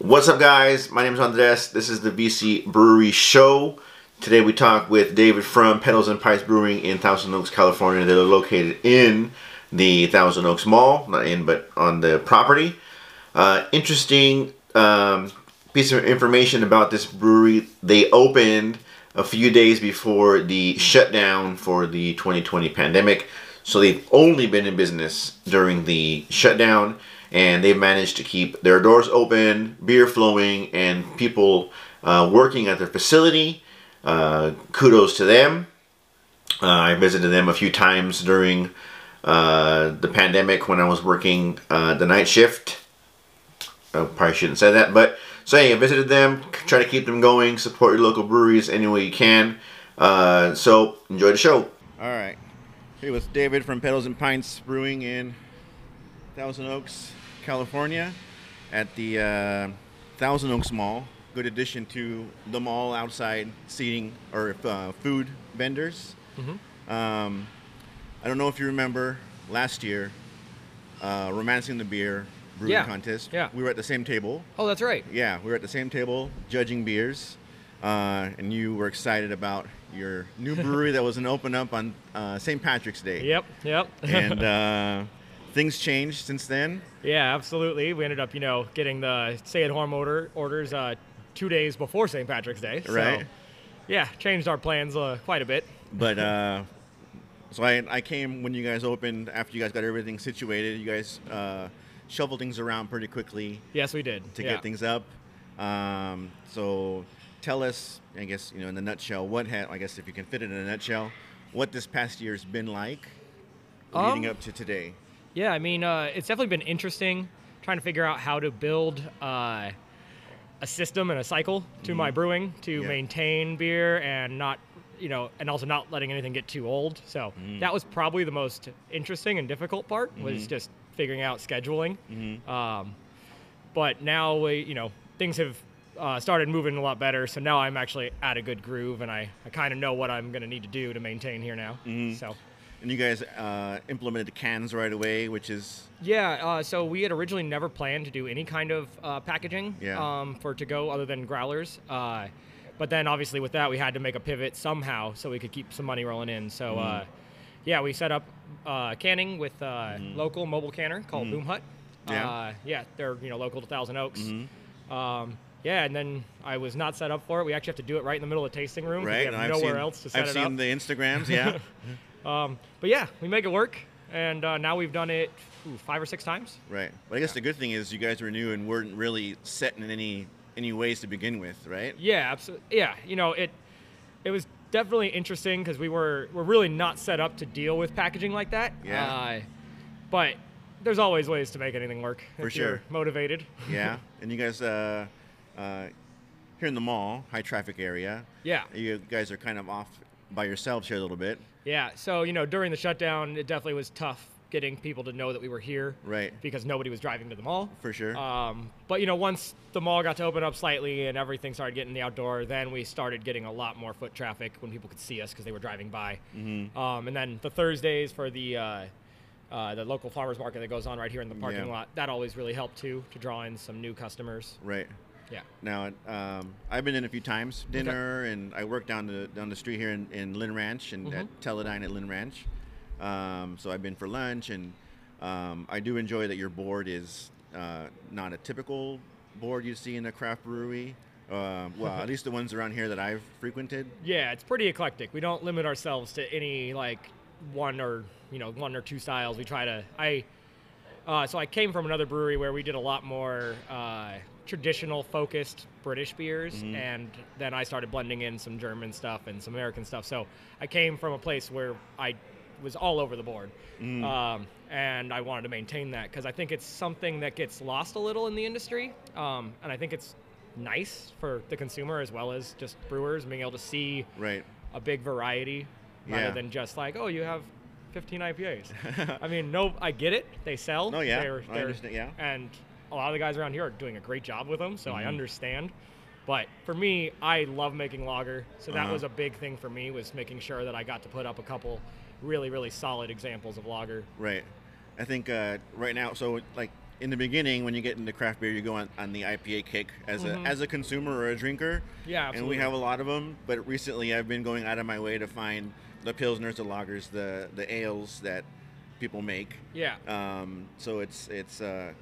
What's up, guys? My name is Andres. This is the VC Brewery Show. Today we talk with David from Pedals and Pipes Brewing in Thousand Oaks, California. They're located in the Thousand Oaks Mall, not in, but on the property. Uh, interesting um, piece of information about this brewery. They opened a few days before the shutdown for the 2020 pandemic. So they've only been in business during the shutdown and they've managed to keep their doors open, beer flowing, and people uh, working at their facility. Uh, kudos to them. Uh, I visited them a few times during uh, the pandemic when I was working uh, the night shift. I probably shouldn't say that, but so hey, I visited them. c- Try to keep them going. Support your local breweries any way you can. Uh, so enjoy the show. All right, here was David from Pedals and Pints Brewing in Thousand Oaks, California, at the uh, Thousand Oaks Mall. Good addition to the mall outside seating or uh, food vendors. Mm-hmm. Um, I don't know if you remember last year, uh, Romancing the Beer Brewing Yeah. Contest. Yeah. We were at the same table. Oh, that's right. Yeah, we were at the same table judging beers, uh, and you were excited about your new brewery that was an open up on uh, St. Patrick's Day. Yep, yep. and uh, things changed since then. yeah, absolutely. We ended up, you know, getting the stay-at-home order orders uh, two days before St. Patrick's Day. So, Right. Yeah, changed our plans uh, quite a bit. But uh, so I, I came when you guys opened after you guys got everything situated. You guys uh, shoveled things around pretty quickly Yes, we did. to yeah. get things up. Um, so tell us, I guess you know, in a nutshell, what ha- I guess if you can fit it in a nutshell, what this past year's been like leading Um, up to today. Yeah, I mean, uh, it's definitely been interesting trying to figure out how to build uh, a system and a cycle to my brewing to Yeah. maintain beer and not, you know, and also not letting anything get too old. So that was probably the most interesting and difficult part was just figuring out scheduling. Um, but now we, you know, things have uh, started moving a lot better. So now I'm actually at a good groove, and I, I kind of know what I'm going to need to do to maintain here now. So. And you guys uh, implemented cans right away, which is Yeah, uh, so we had originally never planned to do any kind of uh, packaging Yeah. um, for to go other than growlers. Uh, but then obviously with that, we had to make a pivot somehow so we could keep some money rolling in. So Mm. uh, yeah, we set up uh, canning with uh, local mobile canner called Boom Hut. Mm-hmm. Yeah. Mm-hmm. Uh, yeah, they're you know local to Thousand Oaks. Um, yeah, and then I was not set up for it. We actually have to do it right in the middle of the tasting room. 'cause right. We have And I've nowhere seen- else to set I've it seen up. the Instagrams, yeah. um, but yeah, we make it work, and uh, now we've done it ooh, five or six times. Right. But I guess the good thing is you guys were new and weren't really set in any any ways to begin with, right? Yeah, absolutely. Yeah, you know it. It was definitely interesting because we were we're really not set up to deal with packaging like that. Yeah. Uh, but there's always ways to make anything work For if you're sure. motivated. Yeah. and you guys uh, uh, here in the mall, high traffic area. Yeah. You guys are kind of off by yourselves here a little bit. Yeah. So you know during the shutdown, it definitely was tough getting people to know that we were here. Right. Because nobody was driving to the mall. For sure. Um, but you know, once the mall got to open up slightly and everything started getting the outdoor, then we started getting a lot more foot traffic when people could see us because they were driving by. Um, and then the Thursdays for the uh, uh, the local farmers market that goes on right here in the parking Yeah. lot that always really helped too to draw in some new customers. right. Yeah. Now, um, I've been in a few times, dinner, and I work down the down the street here in, in Lynn Ranch and at Teledyne at Lynn Ranch. Um, so I've been for lunch, and um, I do enjoy that your board is uh, not a typical board you see in a craft brewery. Um well, at least the ones around here that I've frequented. Yeah, it's pretty eclectic. We don't limit ourselves to any like one or you know one or two styles. We try to. I uh, so I came from another brewery where we did a lot more uh, traditional focused British beers, and then I started blending in some German stuff and some American stuff. So I came from a place where I was all over the board, um, and I wanted to maintain that because I think it's something that gets lost a little in the industry, um, and I think it's nice for the consumer as well as just brewers being able to see Right. a big variety Yeah. rather than just like, oh, you have 15 IPAs. I mean, no, I get it. They sell. No, yeah, They're, I they're- understand, yeah. Mm-hmm. And a lot of the guys around here are doing a great job with them, so I understand. But for me, I love making lager, so that Uh-huh. was a big thing for me was making sure that I got to put up a couple really, really solid examples of lager. Right. I think uh, right now, so like in the beginning when you get into craft beer, you go on, on the IPA kick as Mhm. a as a consumer or a drinker. Yeah, and we absolutely. have a lot of them. But recently, I've been going out of my way to find the pilsners, the lagers, the the ales that people make. Yeah. Um, so it's it's uh,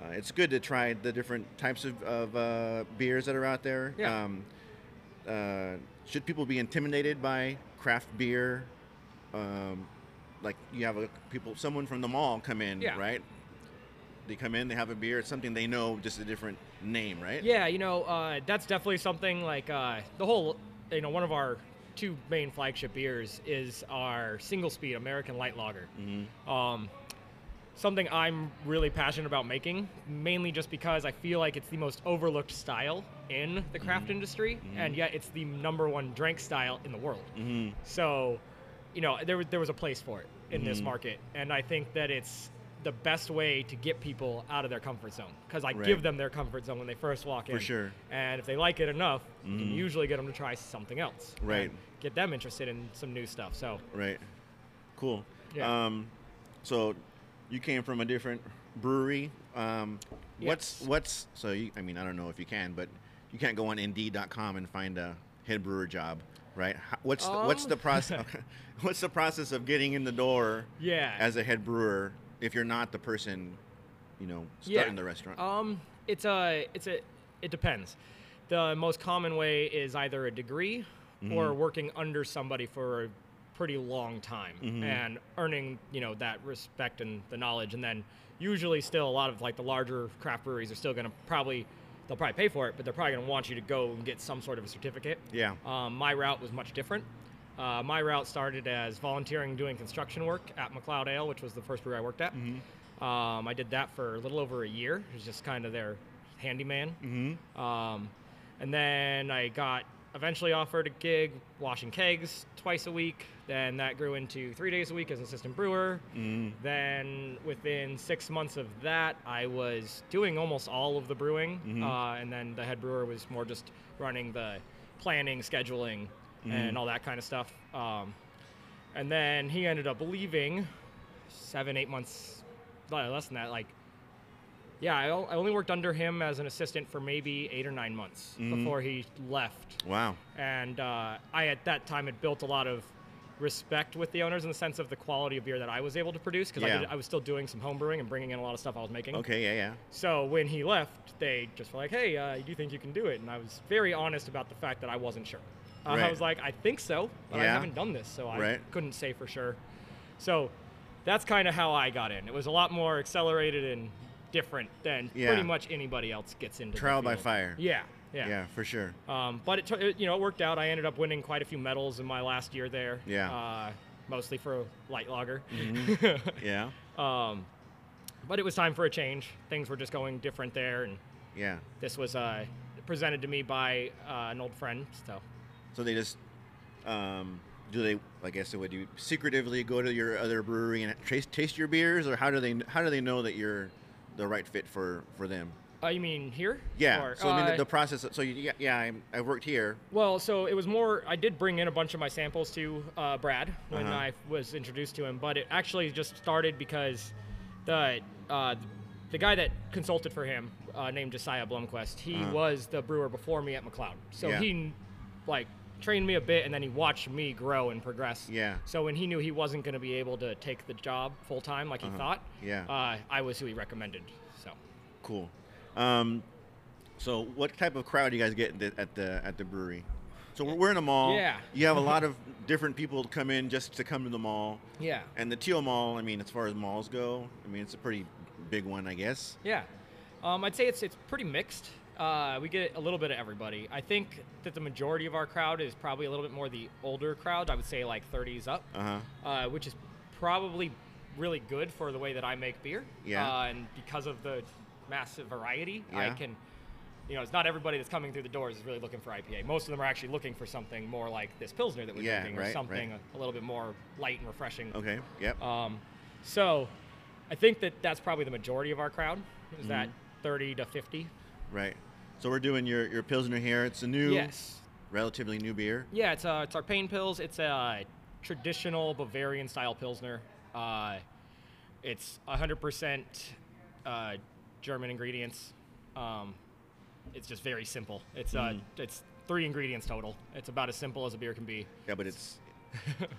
uh, it's good to try the different types of, of uh, beers that are out there. Yeah. Um, uh, should people be intimidated by craft beer? Um, like you have a people, someone from the mall come in, Yeah. right? They come in, they have a beer. It's something they know, just a different name, right? Yeah, you know, uh, that's definitely something like uh, the whole, you know, one of our two main flagship beers is our single speed American light lager. Um, something I'm really passionate about making, mainly just because I feel like it's the most overlooked style in the Mm-hmm. craft industry, and yet it's the number one drink style in the world. Mm-hmm. So, you know, there was there was a place for it in this Mm-hmm. market, and I think that it's the best way to get people out of their comfort zone because I Right. give them their comfort zone when they first walk in. sure. Mm-hmm. And if they like it enough, you can usually get them to try something else. and Right. get them interested in some new stuff. So, Right. Cool. Yeah. Um, so you came from a different brewery. Um, What's Yes. what's so? You, I mean, I don't know if you can, but you can't go on Indeed.com and find a head brewer job, right? How- What's the, what's Um. the process? what's the process of getting in the door yeah. as a head brewer if you're not the person, you know, Yeah. starting the restaurant? Um, it's a, it's a, it depends. The most common way is either a degree or working under somebody for a pretty long time and earning, you know, that respect and the knowledge. And then usually still a lot of like the larger craft breweries are still going to probably, they'll probably pay for it, but they're probably going to want you to go and get some sort of a certificate. Yeah. Um, my route was much different. Uh, my route started as volunteering doing construction work at McLeod Ale, which was the first brewery I worked at. Um, I did that for a little over a year. It was just kind of their handyman. Mm-hmm. Um, and then I got eventually offered a gig washing kegs twice a week. Then that grew into three days a week as an assistant brewer. Then within six months of that, I was doing almost all of the brewing. Uh, and then the head brewer was more just running the planning, scheduling, and all that kind of stuff. Um, and then he ended up leaving seven, eight months, le- less than that. Like, yeah, I, o- I only worked under him as an assistant for maybe eight or nine months before he left wow. and uh, I at that time had built a lot of respect with the owners in the sense of the quality of beer that I was able to produce because Yeah. I, did- I was still doing some home brewing and bringing in a lot of stuff I was making. Okay. Yeah. Yeah. So when he left, they just were like, "Hey, uh, do you think you can do it?" And I was very honest about the fact that I wasn't sure. Uh, I Right. was like, "I think so, but I Yeah. haven't done this, so I Right. couldn't say for sure." So that's kind of how I got in. It was a lot more accelerated and different than Yeah. pretty much anybody else gets into. the Trial by field. fire. yeah, yeah. yeah for sure. Um, but it, tu- it, you know, it worked out. I ended up winning quite a few medals in my last year there. Yeah. Mm-hmm. Uh, mostly for light lager. Yeah. um, but it was time for a change. Things were just going different there, and Yeah. this was uh, presented to me by uh, an old friend. So So they just um, do they? I guess they would do secretively go to your other brewery and taste taste your beers, or how do they how do they know that you're the right fit for for them? uh, you mean here? Yeah. Or, so I mean uh, the, the process. So you, yeah, yeah I'm, I worked here. Well, so it was more. I did bring in a bunch of my samples to uh, Brad when Uh-huh. I was introduced to him, but it actually just started because the uh, the guy that consulted for him, uh, named Josiah Blumquist, he was the brewer before me at McLeod, so Uh-huh. Yeah. he like trained me a bit, and then he watched me grow and progress. Yeah. So when he knew he wasn't going to be able to take the job full time like he thought, Uh-huh. Yeah. uh, I was who he recommended. So Cool. Um, so what type of crowd do you guys get at the at the, at the brewery? So we're- we're in a mall. Yeah. You have a lot of different people come in just to come to the mall. yeah, And the Teal Mall, I mean, as far as malls go, I mean, it's a pretty big one, I guess. Yeah, um, I'd say it's it's pretty mixed. Uh, we get a little bit of everybody. I think that the majority of our crowd is probably a little bit more the older crowd. I would say like 30s up, Uh huh. uh, which is probably really good for the way that I make beer. Yeah. Uh, and because of the massive variety, I Yeah. can. You know, it's not everybody that's coming through the doors is really looking for IPA. Most of them are actually looking for something more like this pilsner that we're Yeah, drinking, right, or right. something a, a little bit more light and refreshing. Okay. Yep. Um, so I think that that's probably the majority of our crowd is that 30 to 50. Right. So we're doing your, your Pilsner here. It's a new, Yes. relatively new beer. Yeah, it's, uh, it's our pain pills. It's a traditional Bavarian style Pilsner. Uh, it's 100% uh, German ingredients. Um, it's just very simple. It's uh, it's three ingredients total. It's about as simple as a beer can be. Yeah, but it's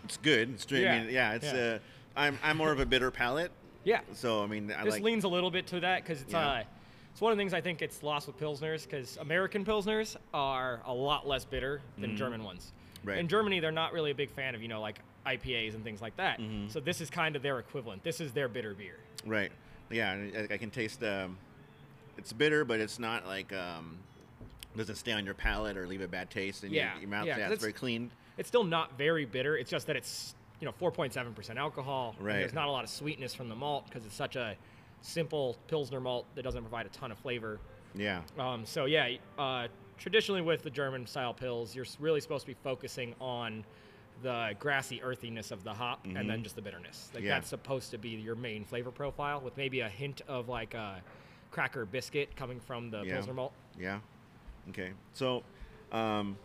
it's good. It's, I Yeah, mean, yeah, it's. yeah. Uh, I'm I'm more of a bitter palate, Yeah, so I mean, I this like. leans a little bit to that because it's Yeah. uh, it's one of the things I think it's lost with pilsners because American pilsners are a lot less bitter than German ones. Mm-hmm. Right. In Germany, they're not really a big fan of you know like IPAs and things like that. Mm-hmm. So this is kind of their equivalent. This is their bitter beer. Right. Yeah, and I, I can taste. Um, it's bitter, but it's not like um, doesn't stay on your palate or leave a bad taste in your- Yeah, your, mouth. yeah, Yeah, 'cause it's it's- very clean. It's still not very bitter. It's just that it's you know 4.7% alcohol. and Right. There's not a lot of sweetness from the malt because it's such a simple pilsner malt that doesn't provide a ton of flavor. Yeah. Um, so yeah, uh, traditionally with the German style pills, you're s- really supposed to be focusing on the grassy earthiness of the hop and then just the bitterness. Like Mm-hmm. Yeah. that's supposed to be your main flavor profile with maybe a hint of like a cracker biscuit coming from the Yeah. pilsner malt. Yeah. Okay. So, um,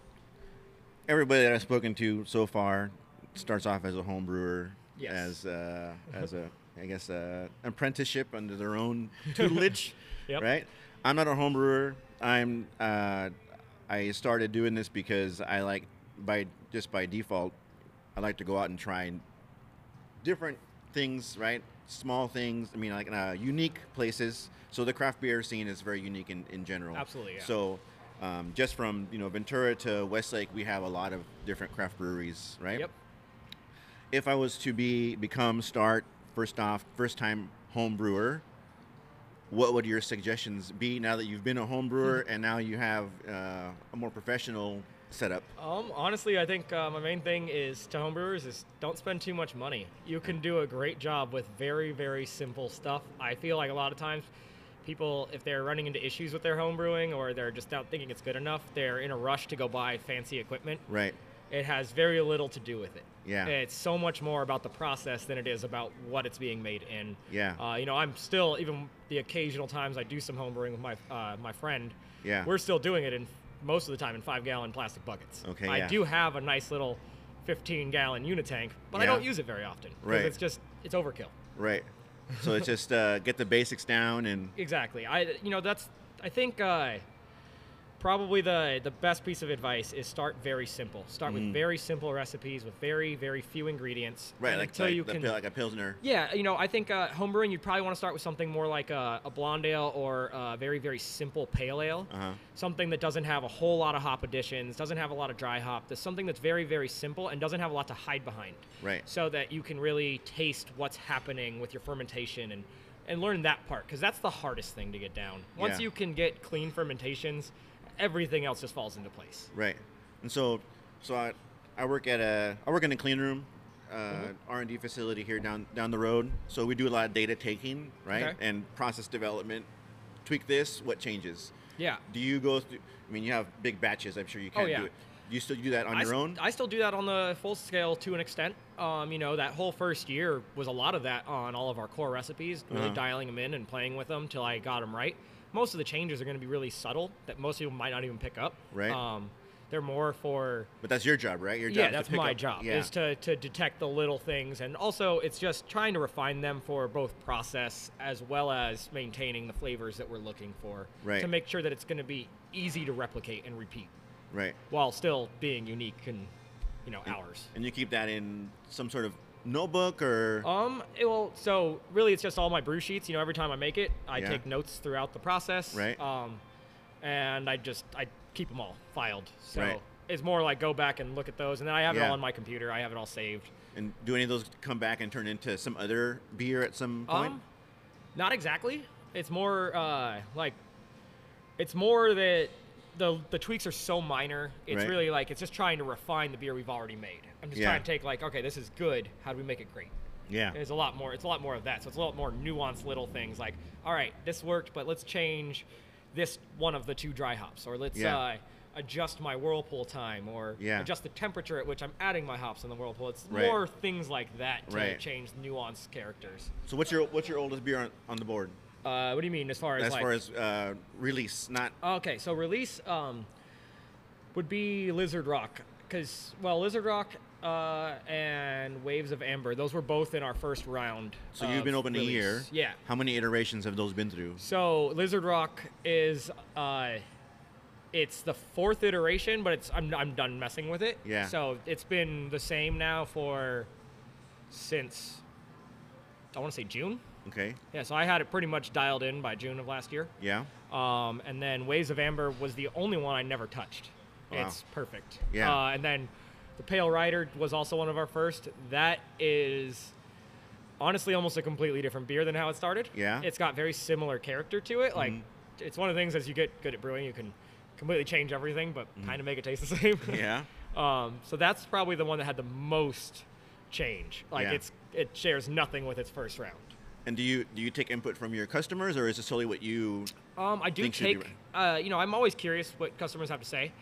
everybody that I've spoken to so far starts off as a home brewer, Yes. as uh, as a I guess uh, apprenticeship under their own tutelage, Yep. right? I'm not a home brewer. I'm uh, I started doing this because I like by just by default, I like to go out and try and different things, right? Small things. I mean, like uh, unique places. So the craft beer scene is very unique in, in general. Absolutely, yeah. So um, just from you know Ventura to Westlake, we have a lot of different craft breweries, right? Yep. If I was to be become start first off first time home brewer, what would your suggestions be now that you've been a home brewer Mm-hmm. and now you have uh, a more professional setup? Um, honestly, I think uh, my main thing is to homebrewers is don't spend too much money. You can do a great job with very, very simple stuff. I feel like a lot of times people, if they're running into issues with their homebrewing or they're just not thinking it's good enough, they're in a rush to go buy fancy equipment. Right. It has very little to do with it. Yeah. It's so much more about the process than it is about what it's being made in. Yeah. Uh, you know, I'm still even the occasional times I do some homebrewing with my uh, my friend. Yeah. We're still doing it in most of the time in five gallon plastic buckets. Okay, I yeah. do have a nice little 15 gallon unitank, but I Yeah. don't use it very often. 'cause Right. It's just it's overkill. Right. So it's just uh, get the basics down and Exactly. I you know that's I think uh, probably the the best piece of advice is start very simple. Start with very simple recipes with very very few ingredients. Mm. right and like until like, you the can pil- like a pilsner. Yeah, you know, I think uh, homebrewing, you'd probably want to start with something more like a, a blonde ale or a very, very simple pale ale. Uh-huh. Something that doesn't have a whole lot of hop additions, doesn't have a lot of dry hop. That's something that's very, very simple and doesn't have a lot to hide behind. Right. So that you can really taste what's happening with your fermentation and, and learn that part, because that's the hardest thing to get down. Once Yeah. you can get clean fermentations, everything else just falls into place. Right. And so, so I, I work at a, I work in a clean room, uh, Mm-hmm. R and D facility here down down the road. So we do a lot of data taking, right, Okay. and process development. Tweak this. What changes? Yeah. Do you go through? I mean, you have big batches. I'm sure you Oh, can't yeah. do it. Do you still do that on I your s- own? I still do that on the full scale to an extent. Um, you know, that whole first year was a lot of that on all of our core recipes, really Uh-huh. dialing them in and playing with them till I got them right. Most of the changes are going to be really subtle that most people might not even pick up. Right. Um, they're more for but that's your job, right? Your job. yeah, is to that's pick my up- job Yeah. is to, to detect the little things, and also it's just trying to refine them for both process as well as maintaining the flavors that we're looking for Right. to make sure that it's going to be easy to replicate and repeat right. while still being unique and you know ours. And you keep that in some sort of notebook or. Um, it will so really it's just all my brew sheets. You know, every time I make it, I Yeah. take notes throughout the process. Right. Um, and I just I keep them all filed. So Right. it's more like go back and look at those, and then I have it Yeah. all on my computer. I have it all saved. And do any of those come back and turn into some other beer at some point? Um, not exactly. It's more uh, like it's more that the the tweaks are so minor. It's Right. really like it's just trying to refine the beer we've already made. I'm just Yeah. trying to take like okay, this is good. How do we make it great? yeah. There's a lot more. It's a lot more of that. So it's a lot more nuanced little things like, all right, this worked, but let's change this one of the two dry hops, or let's Yeah. uh, adjust my whirlpool time, or Yeah. adjust the temperature at which I'm adding my hops in the whirlpool. It's Right. more things like that to Right. change nuanced characters. So what's your what's your oldest beer on, on the board? Uh, what do you mean as far as as like? far as uh, release, not okay, so release um, would be Lizard Rock because well, Lizard Rock uh, and Waves of Amber. Those were both in our first round. So you've of been open release. a year. Yeah. How many iterations have those been through? So Lizard Rock is, uh, it's the fourth iteration, but it's I'm I'm done messing with it. Yeah. So it's been the same now for since I want to say June. Okay. Yeah. So I had it pretty much dialed in by June of last year. Yeah. Um, and then Waves of Amber was the only one I never touched. Wow. It's perfect. Yeah. Uh, and then the Pale Rider was also one of our first. That is honestly almost a completely different beer than how it started. Yeah. Mm-hmm. It's got very similar character to it. Like it's one of the things as you get good at brewing, you can completely change everything, but kind of make it taste the same. Mm. Yeah. Um, so that's probably the one that had the most change. Like Yeah. it's it shares nothing with its first round. And do you do you take input from your customers, or is it solely what you? Um, I do Think should be take, uh, you know, I'm always curious what customers have to say,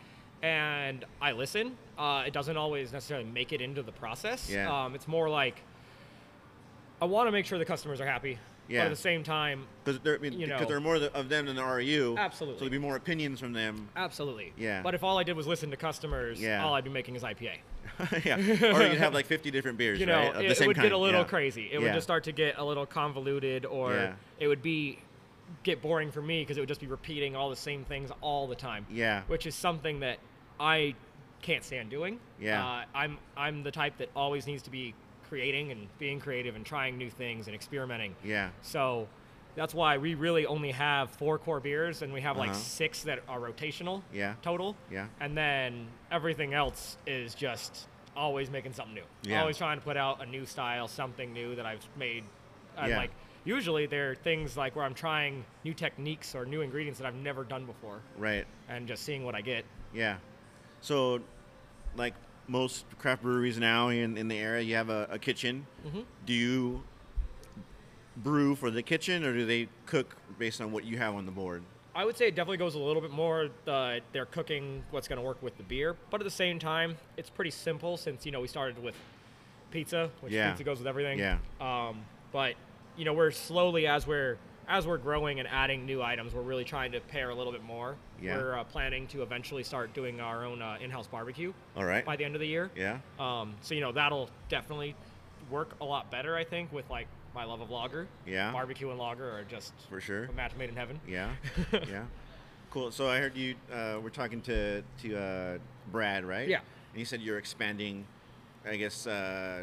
and I listen. Uh, it doesn't always necessarily make it into the process. Yeah. Um, it's more like I want to make sure the customers are happy. But Yeah. at the same time, Because there, I mean, You because know. there are more th- of them than there are you. Absolutely. So there'd be more opinions from them. absolutely. Yeah. But if all I did was listen to customers, Yeah. all I'd be making is IPA. yeah. Or you'd have like 50 different beers, You know, right? Of the it, same would kind. get a little yeah. crazy. It would Yeah. just start to get a little convoluted, or Yeah. it would be get boring for me because it would just be repeating all the same things all the time. Yeah. which is something that I can't stand doing. Yeah. Uh, I'm I'm the type that always needs to be creating and being creative and trying new things and experimenting. Yeah. So that's why we really only have four core beers and we have like Uh-huh. six that are rotational Yeah. total. Yeah. And then everything else is just always making something new. Yeah. Always trying to put out a new style, something new that I've made. I'm Yeah. like usually there are things like where I'm trying new techniques or new ingredients that I've never done before Right. and just seeing what I get. Yeah. So, like most craft breweries now in, in the area, you have a, a kitchen. Mm-hmm. Do you brew for the kitchen, or do they cook based on what you have on the board? I would say it definitely goes a little bit more the they're cooking what's going to work with the beer, but at the same time, it's pretty simple since you know we started with pizza, which Yeah. pizza goes with everything. Yeah. Um, but you know we're slowly as we're as we're growing and adding new items, we're really trying to pair a little bit more. Yeah. We're uh, planning to eventually start doing our own uh, in-house barbecue All right. by the end of the year. Yeah. Um, so you know that'll definitely work a lot better, I think, with like my love of lager. Yeah. Barbecue and lager are just For sure. a match made in heaven. Yeah. yeah. Cool. So I heard you uh, were talking to to uh, Brad, right? Yeah. And you said you're expanding, I guess, uh,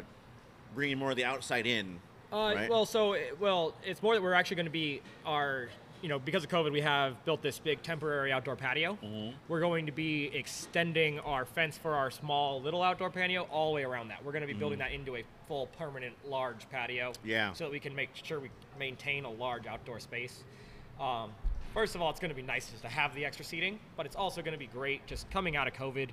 bringing more of the outside in. Uh, right? Well, so it- well, it's more that we're actually going to be our, you know, because of COVID, we have built this big temporary outdoor patio. Mm-hmm. We're going to be extending our fence for our small little outdoor patio all the way around that. We're going to be building that into a full permanent large patio. Mm-hmm. Yeah. So that we can make sure we maintain a large outdoor space. Um, first of all, it's going to be nice just to have the extra seating, but it's also going to be great just coming out of COVID.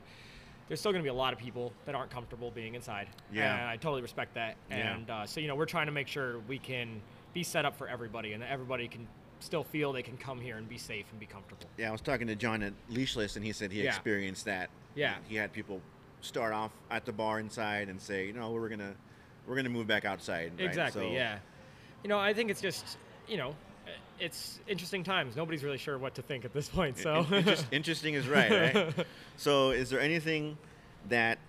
There's still going to be a lot of people that aren't comfortable being inside. Yeah. And I totally respect that. Yeah. And uh, so, you know, we're trying to make sure we can be set up for everybody and that everybody can still feel they can come here and be safe and be comfortable. Yeah, I was talking to John at Leashless, and he said he Yeah. experienced that. Yeah. he had people start off at the bar inside and say, you know, we're gonna we're gonna move back outside. right? Exactly. So- Yeah. You know, I think it's just, you know, it's interesting times. Nobody's really sure what to think at this point. So, In- interest- interesting is right, right? so, is there anything that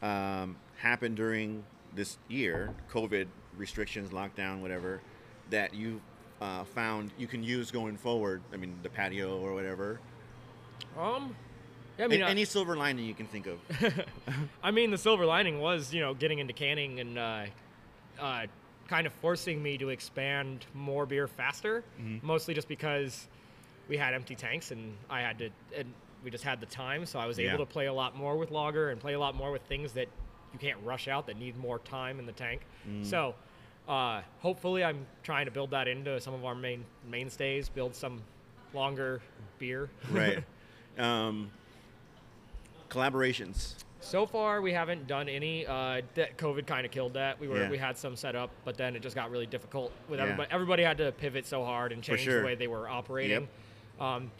um, happened during this year, COVID restrictions, lockdown, whatever, that you uh, found you can use going forward? I mean, the patio or whatever. um, yeah, I mean, A- uh, any silver lining you can think of. I mean, the silver lining was, you know, getting into canning and uh, uh, kind of forcing me to expand more beer faster, mostly just because we had empty tanks and I had to, and we just had the time, so I was Yeah. able to play a lot more with lager and play a lot more with things that you can't rush out that need more time in the tank. So. Uh, hopefully, I'm trying to build that into some of our main mainstays. Build some longer beer. right. Um, collaborations. So far, we haven't done any. Uh, that COVID kind of killed that. We were Yeah. we had some set up, but then it just got really difficult with Yeah. everybody. Everybody had to pivot so hard and change sure. the way they were operating. Um,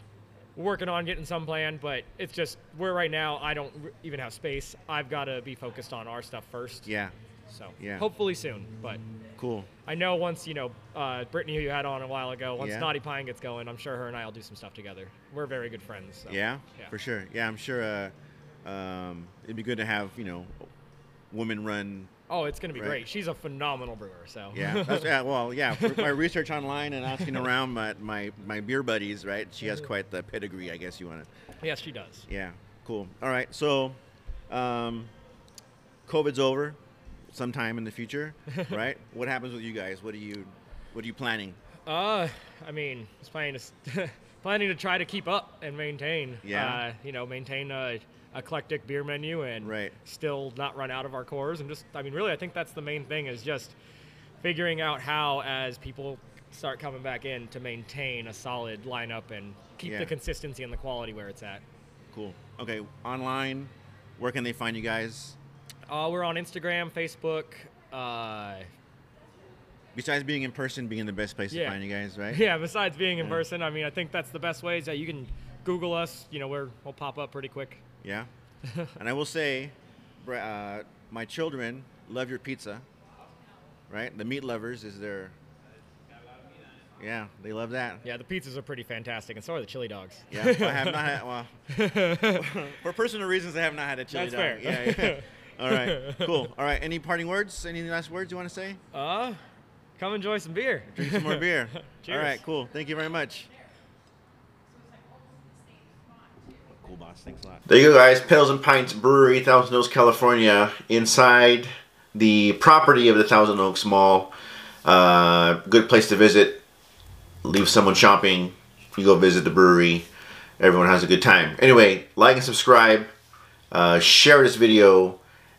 we're working on getting some plan, but it's just we're right now. I don't r- even have space. I've got to be focused on our stuff first. Yeah. So Yeah. hopefully soon, but. Cool. I know once you know uh, Brittany, who you had on a while ago. Once Yeah. Naughty Pine gets going, I'm sure her and I will do some stuff together. We're very good friends. So. Yeah, Yeah. for sure. Yeah, I'm sure uh, um, it'd be good to have you know woman-run. Oh, it's gonna be Right. great. She's a phenomenal brewer. So Yeah, that's, yeah. Well, yeah. For my research online and asking around my, my my beer buddies, right? She has quite the pedigree, I guess you want to. yes, she does. Yeah, cool. All right, so um, COVID's over, sometime in the future, right? what happens with you guys? What are you, what are you planning? Uh, I mean, just planning to planning to try to keep up and maintain. Yeah. Uh, you know, maintain a eclectic beer menu and Right. still not run out of our cores and just I mean, really, I think that's the main thing is just figuring out how as people start coming back in to maintain a solid lineup and keep Yeah. the consistency and the quality where it's at. Cool. Okay, online. Where can they find you guys? Uh, we're on Instagram, Facebook. Uh, Besides being in person, being the best place to Yeah. find you guys, right? yeah, besides being in person, I mean, I think that's the best way is that you can Google us. You know, we're, we'll pop up pretty quick. Yeah. and I will say, br- uh, my children love your pizza, right? The meat lovers is their. Yeah, they love that. Yeah, the pizzas are pretty fantastic, and so are the chili dogs. Yeah, I have not had. Well, for personal reasons, I have not had a chili That's dog. fair. Yeah, yeah. All right, cool. All right, any parting words? Any last words you want to say? Uh, come enjoy some beer. Drink some more beer. Cheers. All right, cool. Thank you very much. Cool, boss. Thanks a lot. There you go, guys. Pedals and Pints Brewery, Thousand Oaks, California, inside the property of the Thousand Oaks Mall. Uh, good place to visit. Leave someone shopping. You go visit the brewery. Everyone has a good time. Anyway, like and subscribe. Uh, share this video,